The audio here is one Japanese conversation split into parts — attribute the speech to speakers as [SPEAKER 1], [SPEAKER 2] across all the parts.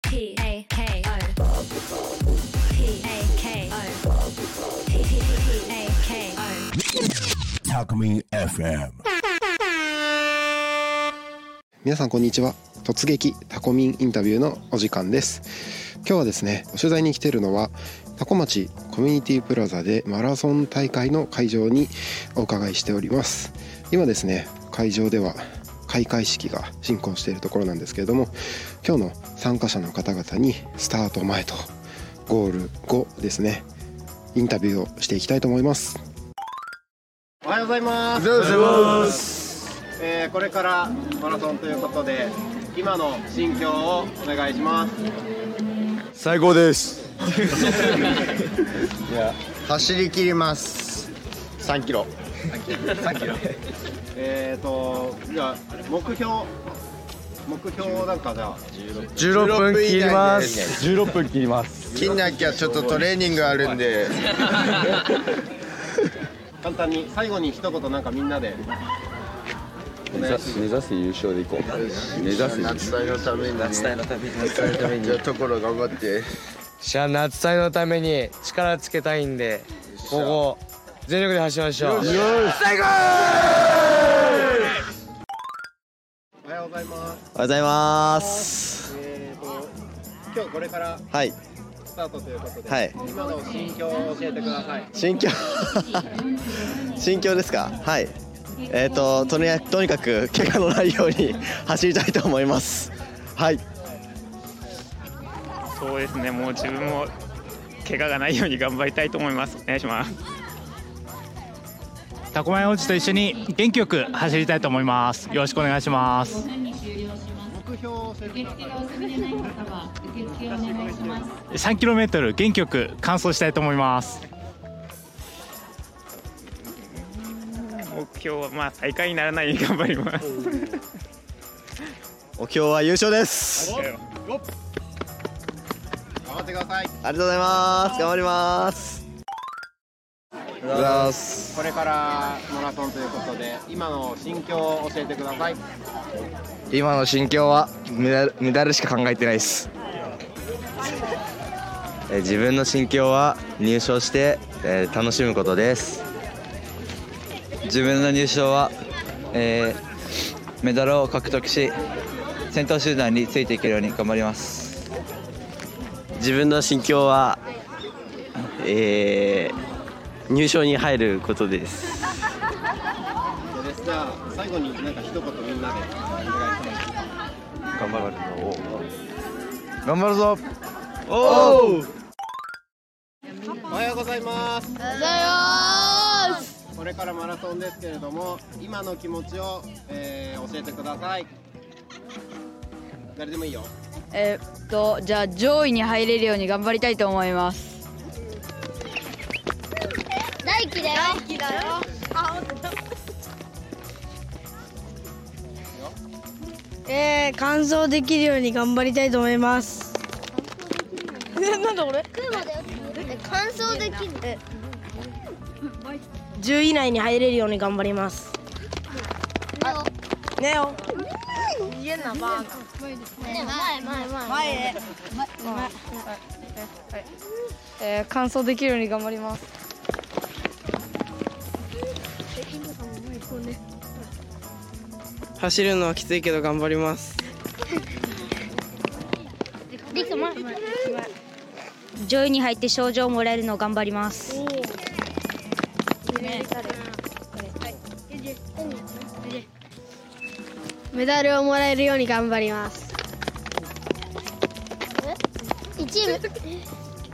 [SPEAKER 1] P A K O P A K O P A K O
[SPEAKER 2] Talk FM.
[SPEAKER 3] 皆さんこんにちは突撃タコミンインタビューのお時間です今日はですね取材に来ているのはタコ町コミュニティプラザでマラソン大会の会場にお伺いしております今ですね会場では開会式が進行しているところなんですけれども今日の参加者の方々にスタート前とゴール後ですねインタビューをしていきたいと思いますおはようございますえーこれからマラソンということで今の心境をお願いします
[SPEAKER 4] 最高です
[SPEAKER 5] 走り切ります3キロ
[SPEAKER 3] えっ、ー、とじゃあ目標目標なんかじゃあ
[SPEAKER 4] 16分切ります
[SPEAKER 5] 16
[SPEAKER 4] 16分切ります
[SPEAKER 5] 切んなきゃちょっとトレーニングあるんで
[SPEAKER 3] 簡単に最後に一言なんかみんなで
[SPEAKER 6] 目指す目指す優勝でいこう目指す
[SPEAKER 5] 夏祭のために夏祭のために夏祭のためにじゃあところ頑張って
[SPEAKER 7] じゃあ夏祭のために力つけたいんでここ全力で走りましょう
[SPEAKER 3] おはようございます
[SPEAKER 8] おはようございます。
[SPEAKER 3] えっ、と今日これから
[SPEAKER 8] はい、
[SPEAKER 3] スタートということで、
[SPEAKER 8] はい
[SPEAKER 3] 今の心境を教えてください
[SPEAKER 8] 心境。 心境ですか。はい。えっ、と、とにかく、とにかく、怪我のないように走りたいと思います。はい。
[SPEAKER 9] そうですね、もう自分も怪我がないように頑張りたいと思います。お願いします。タコマイ王子と一緒に元気よく走りたいと思います。よろしくお願いします。
[SPEAKER 3] 目標を教えてください
[SPEAKER 9] 3キロメートル元気よく完走したいと思います。目標はまあ大会にならないように頑張ります。
[SPEAKER 8] お経は優勝です。
[SPEAKER 3] 頑張ってください
[SPEAKER 8] ありがとうございます。頑張ります。ありがとうございます。
[SPEAKER 3] これからマラソンということで今の心境を教えてください
[SPEAKER 8] 今の心境はメダルメダルしか考えてないですえー自分の心境は入賞して、えー楽しむことです自分の入賞は、メダルを獲得し先頭集団についていけるように頑張ります自分の心境は、えー入賞に入ることです
[SPEAKER 3] そうですじゃあ最後になんか一言みんなでお願いします
[SPEAKER 4] 頑張るぞ
[SPEAKER 3] おはようございます。おはようございます。これからマラソンですけれども、今の気持ちを、えー教えてください。誰でもいいよ。
[SPEAKER 10] えーっとじゃあ上位に入れるように頑張りたいと思います
[SPEAKER 1] 大輝だよ大輝だよ
[SPEAKER 10] えー、完走できるように頑張りたいと思いますえなんだこれ
[SPEAKER 1] クーマだよ乾燥できる
[SPEAKER 10] 10位以内に入れるように頑張りますねよ
[SPEAKER 1] ね前前前
[SPEAKER 10] 前へえー、完走できるように頑張ります走るのはきついけど頑張ります
[SPEAKER 1] リク前前上位に入って賞状をもらえるのを頑張ります
[SPEAKER 10] メダルをもらえるように頑張ります
[SPEAKER 1] 一位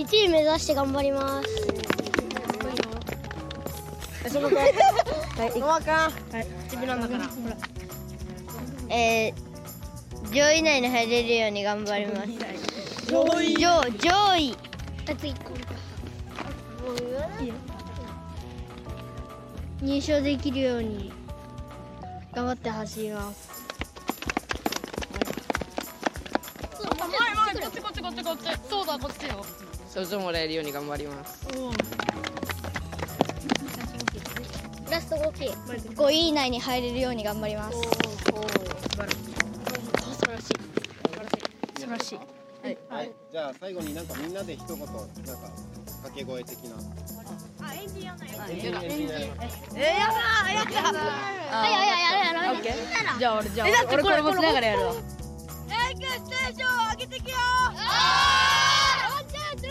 [SPEAKER 1] 一位目指して頑張ります
[SPEAKER 10] えー、上位以内に入れるように頑張ります。上位上位
[SPEAKER 1] あ次行こ
[SPEAKER 10] 入賞できるように頑張って走ります。
[SPEAKER 1] う
[SPEAKER 10] 賞状もらえるように頑張ります。
[SPEAKER 1] ラスト5期
[SPEAKER 10] 5位以内に入れるように頑張ります。
[SPEAKER 5] はい、はい、じゃあ最後になんかみんなで一言なんか掛け声的な
[SPEAKER 11] あ、エンジンやんない。
[SPEAKER 5] エンジ
[SPEAKER 11] えー、
[SPEAKER 5] ン
[SPEAKER 11] やだやだ
[SPEAKER 12] はいはいはいやろうやろう
[SPEAKER 11] オッケーじゃあ俺じゃあ俺これ持ちながらやるわ
[SPEAKER 12] エクステーション上げてきよワン、ツ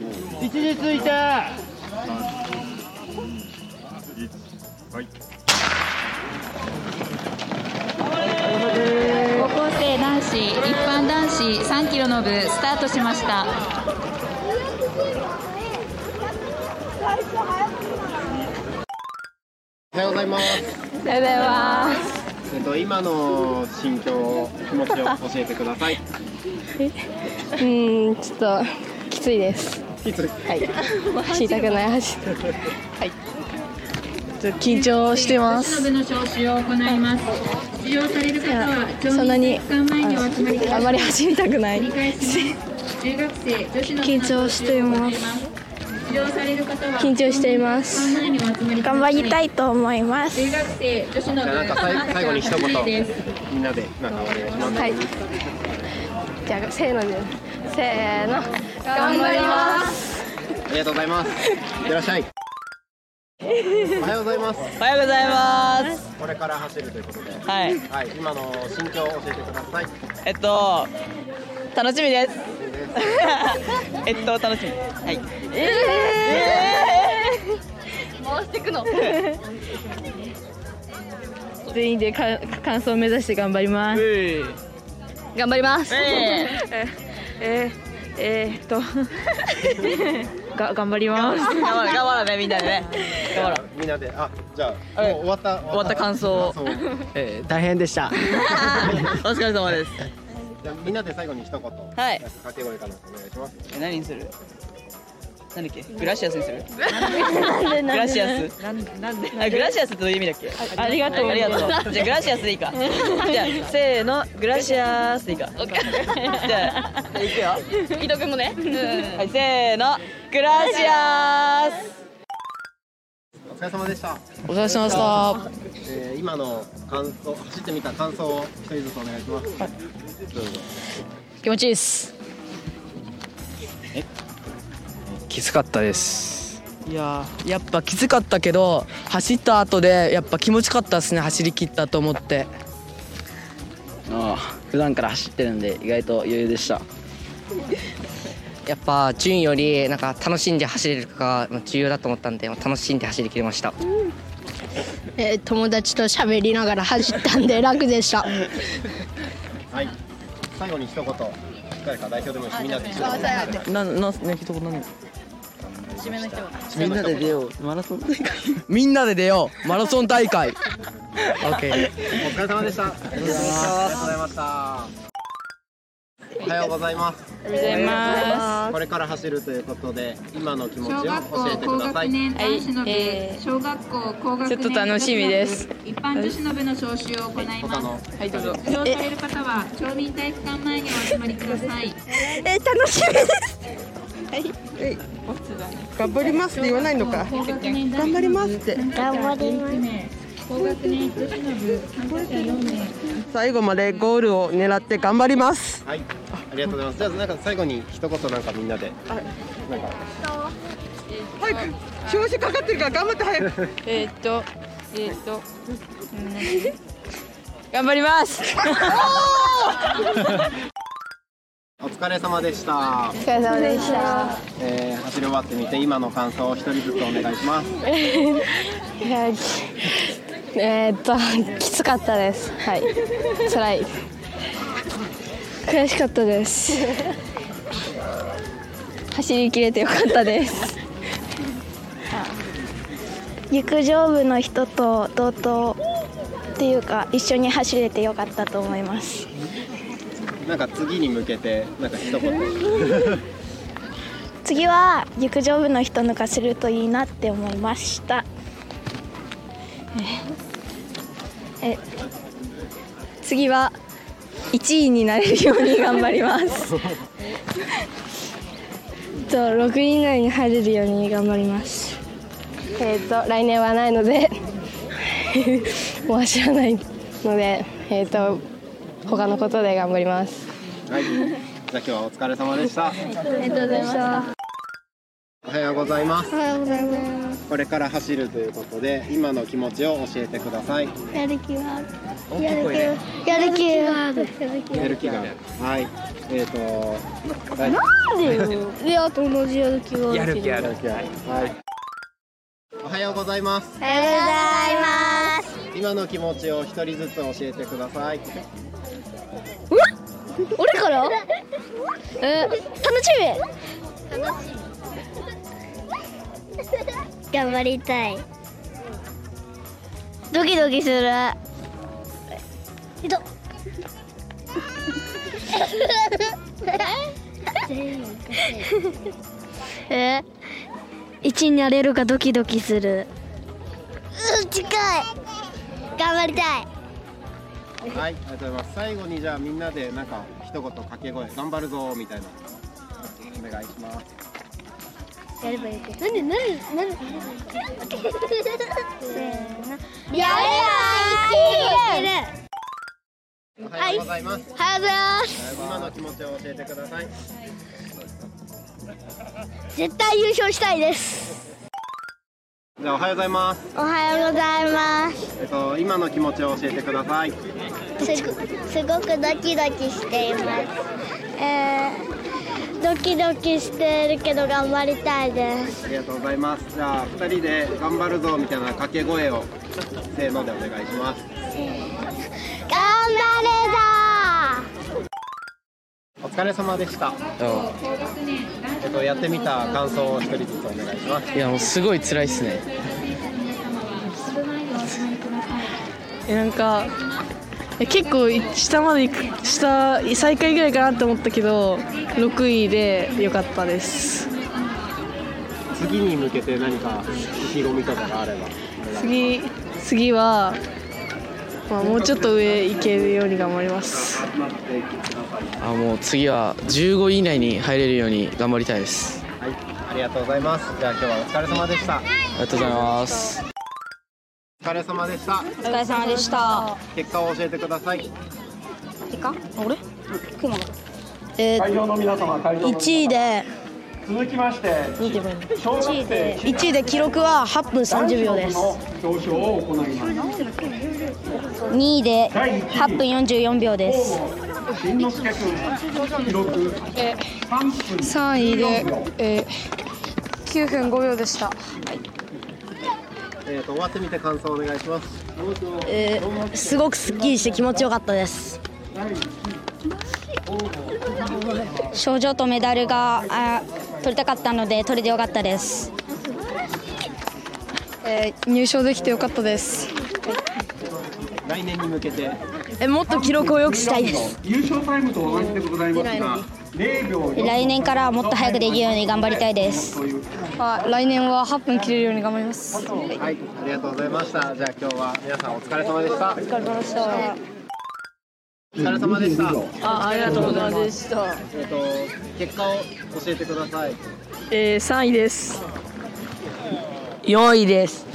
[SPEAKER 12] ー、スリー
[SPEAKER 13] 一時ついた
[SPEAKER 14] 高校生男子一般男子3キロの部スタートしました
[SPEAKER 5] おはようございます
[SPEAKER 14] おはようございます
[SPEAKER 5] えっと今の心境気持ちを教えてください
[SPEAKER 1] うんちょっときついです
[SPEAKER 5] きつい
[SPEAKER 1] はい走りたくない走りたくないはいちょっと緊張してます
[SPEAKER 14] 部の招集を行います使用される方は
[SPEAKER 1] そんなに
[SPEAKER 14] 時間前にお集まりください
[SPEAKER 1] あまり走りたくない
[SPEAKER 14] 繰り返します中学生女子の
[SPEAKER 1] 緊張しています
[SPEAKER 14] 使用される方は
[SPEAKER 1] 緊張しています頑張りたいと思います
[SPEAKER 14] 中学生女子
[SPEAKER 5] じ
[SPEAKER 14] の
[SPEAKER 5] ゃあ
[SPEAKER 14] 部
[SPEAKER 5] なんかさい最後に一
[SPEAKER 14] お集まりで
[SPEAKER 5] 言
[SPEAKER 14] す
[SPEAKER 5] みんなでなんかお願いします
[SPEAKER 1] はいじゃあせーのでせーの
[SPEAKER 11] 頑張ります
[SPEAKER 5] ありがとうございますいってらっしゃいおはようございます
[SPEAKER 10] おはようございます
[SPEAKER 5] これから走るということでは
[SPEAKER 10] はい
[SPEAKER 5] はい、今の心境を教えてください
[SPEAKER 10] えっと楽しみですえっと楽しみはい
[SPEAKER 11] えー、回してくの
[SPEAKER 15] 全員でか完走を目指して頑張ります。頑張ります。
[SPEAKER 11] え
[SPEAKER 15] えー、えーっ とが頑張ります。
[SPEAKER 10] 頑張ろう頑張ろうねみんなでね頑張ろう
[SPEAKER 5] みんなであじゃあもう終わった終
[SPEAKER 10] 終わった感想を
[SPEAKER 13] えー大変で した。
[SPEAKER 10] お疲れ様です
[SPEAKER 5] じゃあみんなで最後に一言はい掛け声かなんかお願いします
[SPEAKER 10] え何にする何だっけグラシアスにする
[SPEAKER 15] なんでなんで
[SPEAKER 10] グラシアス
[SPEAKER 15] なんでなんで
[SPEAKER 10] あグラシアスってどういう意味だっけ
[SPEAKER 15] あありがとう
[SPEAKER 10] ありがとうじゃあグラシアスでいいかじゃあせーのグラシアスでいいかオッケーじゃあじゃあいくよ
[SPEAKER 15] 伊藤君もね。
[SPEAKER 10] はいせーのグラシアス
[SPEAKER 5] お疲れ様でした
[SPEAKER 10] お疲れ様でした
[SPEAKER 5] えー今の感想走ってみた感想を一人ずつお願いしますはいどうぞ
[SPEAKER 15] 気持ちいいです。
[SPEAKER 16] きつかったです
[SPEAKER 17] いやーやっぱきつかったけど走った後でやっぱ気持ちかったですね走り切ったと思って
[SPEAKER 18] ああ普段から走ってるんで意外と余裕でした
[SPEAKER 19] やっぱ順位よりなんか楽しんで走れるかが重要だと思ったんで楽しんで走りきれました
[SPEAKER 20] えー友達と喋りながら走ったんで楽でした。
[SPEAKER 5] はい最後に一言誰か代表でもいいしみんなで一言
[SPEAKER 17] ななね一言何
[SPEAKER 5] 締めの人
[SPEAKER 17] みんなで出
[SPEAKER 18] ようマラソン大会
[SPEAKER 17] みんなで出ようマラソン大会 OK
[SPEAKER 5] お疲れ様でしたありがとうございましたおはようございます。おは
[SPEAKER 15] ようございます
[SPEAKER 5] これから走るということで、今の気持ちを
[SPEAKER 14] 小学
[SPEAKER 5] 教
[SPEAKER 14] 校
[SPEAKER 5] えて
[SPEAKER 14] 高
[SPEAKER 5] くださ
[SPEAKER 14] 学
[SPEAKER 5] い。
[SPEAKER 14] 年男子の部、
[SPEAKER 5] はい
[SPEAKER 14] 小学校高学年
[SPEAKER 15] ちょっと楽しみです
[SPEAKER 14] 女子の部一般女子の部の招集を行いますはいどうぞ利用される方は町民体育館前にお集まりくださいえ楽しみですはい
[SPEAKER 21] 頑張りますって言わないのか
[SPEAKER 14] 高学年
[SPEAKER 21] 頑張りますって
[SPEAKER 14] 頑張ります高学年女子の部参加者4名
[SPEAKER 21] 最後までゴールを狙って頑張ります
[SPEAKER 5] はい、ありがとうございます。じゃあ、なんか最後に一言なんかみんなで。なんか。
[SPEAKER 21] 早く調子かかってるから頑張って早く
[SPEAKER 15] えーっとえーっと、うん頑張ります。
[SPEAKER 5] お疲れ様でした。
[SPEAKER 1] お疲れ様でした
[SPEAKER 5] えー、走り終わってみて、今の感想を一人ずつお願いします。
[SPEAKER 1] いやきえー、っときつかったですはい辛い悔しかったです走り切れてよかったです
[SPEAKER 22] 陸上部の人と同等っていうか一緒に走れてよかったと思います
[SPEAKER 5] なんか次に向けて、なんか一言。
[SPEAKER 22] 次は陸上部の人抜かせるといいなって思いました
[SPEAKER 1] え次は1位になれるように頑張ります と6位以内に入れるように頑張りますえっ、と来年はないのでもう走らないのでえっ、と
[SPEAKER 23] 他のことで頑張ります。
[SPEAKER 5] はい。じゃあ今日はお疲れ様でした。
[SPEAKER 23] りがとうございました。
[SPEAKER 5] おはようございます。
[SPEAKER 24] おはようございます。
[SPEAKER 5] これから走るということで、今の気持ちを教えてください。
[SPEAKER 24] やる気がある。
[SPEAKER 5] やる気
[SPEAKER 24] やる気がある。
[SPEAKER 5] やる気がある。はい。えっ、と、はい
[SPEAKER 24] なんでよ。レアと同じやる気がある。
[SPEAKER 5] やる気ある。はい。おはようございます。
[SPEAKER 24] おはようございます。
[SPEAKER 5] 今の気持ちを一人ずつ教えてください。
[SPEAKER 24] 俺から？え、楽しみ。楽しみ。頑張りたい。ドキドキする。痛っ。え、一になれるかドキドキする。うん、近い。頑張りたい。
[SPEAKER 5] はい、ありがとうございます。最後にじゃあみんなでなんか一言掛け声、頑張るぞーみたいなお願いします。
[SPEAKER 24] やればいいけど。なんでなんでなんで。せーの。やれや
[SPEAKER 5] おはようございます。
[SPEAKER 24] おはようございます。
[SPEAKER 5] 今の気持ちを教えてください。
[SPEAKER 24] 絶対優勝したいです。
[SPEAKER 5] じゃあおはようございます。
[SPEAKER 24] おはようございます。
[SPEAKER 5] えっと今の気持ちを教えてください。
[SPEAKER 24] すごすごくドキドキしています。えー、ドキドキしてるけど頑張りたいです。
[SPEAKER 5] ありがとうございます。じゃあ二人で頑張るぞーみたいな掛け声をせーのでお願いします。
[SPEAKER 24] 頑張
[SPEAKER 5] お疲れ様でした。えっとやってみた感想を一人ずつお願いします。
[SPEAKER 8] いやもうすごい辛いっすね
[SPEAKER 10] えなんかえ結構い下まで行く下最下位ぐらいかなって思ったけど6位で良かったです
[SPEAKER 5] 次に向けて何か意気込みとかがあれば。
[SPEAKER 10] 次次は、まあ、もうちょっと上行けるように頑張ります
[SPEAKER 8] あもう次は15位以内に入れるように頑張りたいです
[SPEAKER 5] はい、ありがとうございます。じゃあ今日はお疲れ様でした。
[SPEAKER 8] ありがとうございます
[SPEAKER 5] お疲れ様でした。
[SPEAKER 25] お疲れ様でした。
[SPEAKER 5] 結果を教えてください。
[SPEAKER 25] てか、あれ？雲が。
[SPEAKER 26] え
[SPEAKER 25] 会場
[SPEAKER 26] の皆様会場の皆様
[SPEAKER 25] 1位で
[SPEAKER 26] 続きまして、1
[SPEAKER 25] 1位で1位で記録は8分30秒です。
[SPEAKER 26] 表彰を行います。
[SPEAKER 25] 2位で8分44秒です。
[SPEAKER 26] 新之助君、記録
[SPEAKER 1] 3位で、えー、9分5秒でした。
[SPEAKER 5] えっ、と終わってみて感想お願いします。
[SPEAKER 25] えーすごくスッキリして気持ちよかったです。賞状とメダルがあ取りたかったので取れてよかったです。
[SPEAKER 1] えー入賞できてよかったです。
[SPEAKER 5] 来年に向けて
[SPEAKER 25] えもっと記録を良くしたいです。
[SPEAKER 26] 優勝タイムと同じでございますが、0秒4
[SPEAKER 25] 来年からはもっと早くできるように頑張りたいです。
[SPEAKER 1] あ来年は8分切れるように頑張ります。
[SPEAKER 5] はい、ありがとうございました。じゃあ今日は皆さんお疲れ様でした。お疲れ様でした。お疲れ様でした。
[SPEAKER 27] あありがとうございました。
[SPEAKER 5] えっ、と結果を教えてください。
[SPEAKER 27] えー、3位です。
[SPEAKER 25] 4位です。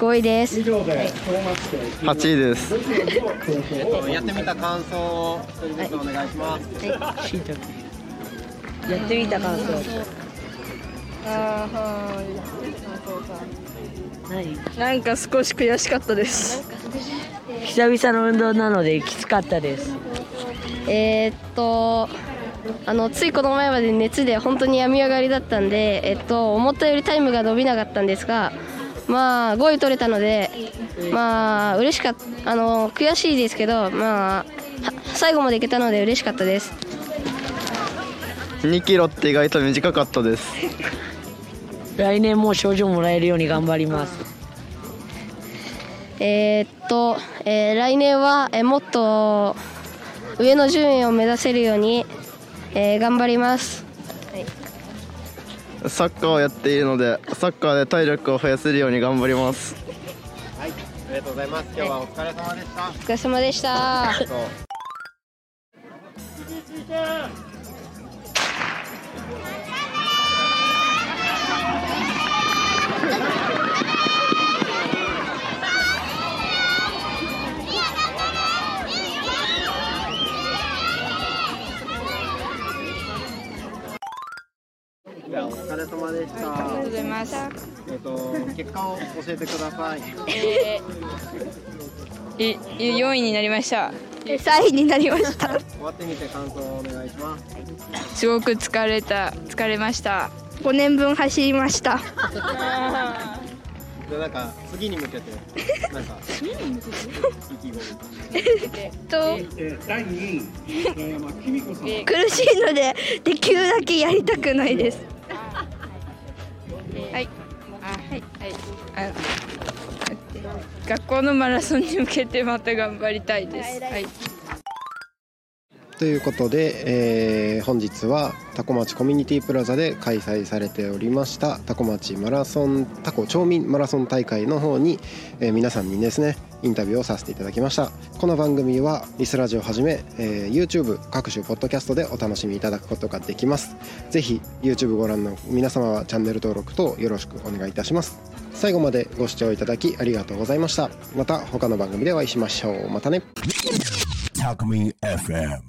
[SPEAKER 25] 5位です。
[SPEAKER 28] 8位です
[SPEAKER 5] えっとやってみた感想を一人ずつお願いします。
[SPEAKER 25] やってみた感想。
[SPEAKER 27] あはい。なんか少し悔しかったです。
[SPEAKER 25] 久々の運動なのできつかったです。
[SPEAKER 1] えーっとあのついこの前まで熱で本当に病み上がりだったんで、えっと、思ったよりタイムが伸びなかったんですが、まあ、5位取れたので、まあ、嬉しかっあの悔しいですけど、まあ、は最後までいけたので嬉しかったです。
[SPEAKER 28] 2キロって意外と短かったです
[SPEAKER 25] 来年も賞状もらえるように頑張ります。
[SPEAKER 1] えーっと、えー来年は、えーもっと上の順位を目指せるように、えー頑張ります。
[SPEAKER 28] サッカーをやっているのでサッカーで体力を増やせるように頑張ります
[SPEAKER 5] はい、ありがとうございます。今日はお疲れ様でした。
[SPEAKER 1] お疲れ様でした。
[SPEAKER 24] り
[SPEAKER 29] じゃあお疲れ様でした。あ
[SPEAKER 10] りがとうございます。
[SPEAKER 29] えっと結果を教えてください。
[SPEAKER 10] えー、え4位になりました。。
[SPEAKER 1] え3位になりました。
[SPEAKER 29] 終わってみて感想をお願いします
[SPEAKER 10] すごく疲れた疲れました。
[SPEAKER 1] 5年分走りました。
[SPEAKER 29] じゃなんか次に向けてなんか次に向けて意気込み。えっ
[SPEAKER 1] と第2位えまきみこさん苦しいのでできるだけやりたくないです。
[SPEAKER 10] はいはいはいあ学校のマラソンに向けてまた頑張りたいです。はい。
[SPEAKER 5] ということで、えー、本日はタコ町コミュニティプラザで開催されておりましたタコ町マラソンタコ町民マラソン大会の方に、えー、皆さんにですねインタビューをさせていただきましたこの番組はリスラジをはじめ、えー、YouTube 各種ポッドキャストでお楽しみいただくことができますぜひ YouTube ご覧の皆様はチャンネル登録等よろしくお願いいたします最後までご視聴いただきありがとうございましたまた他の番組でお会いしましょうまたね Talk Me FM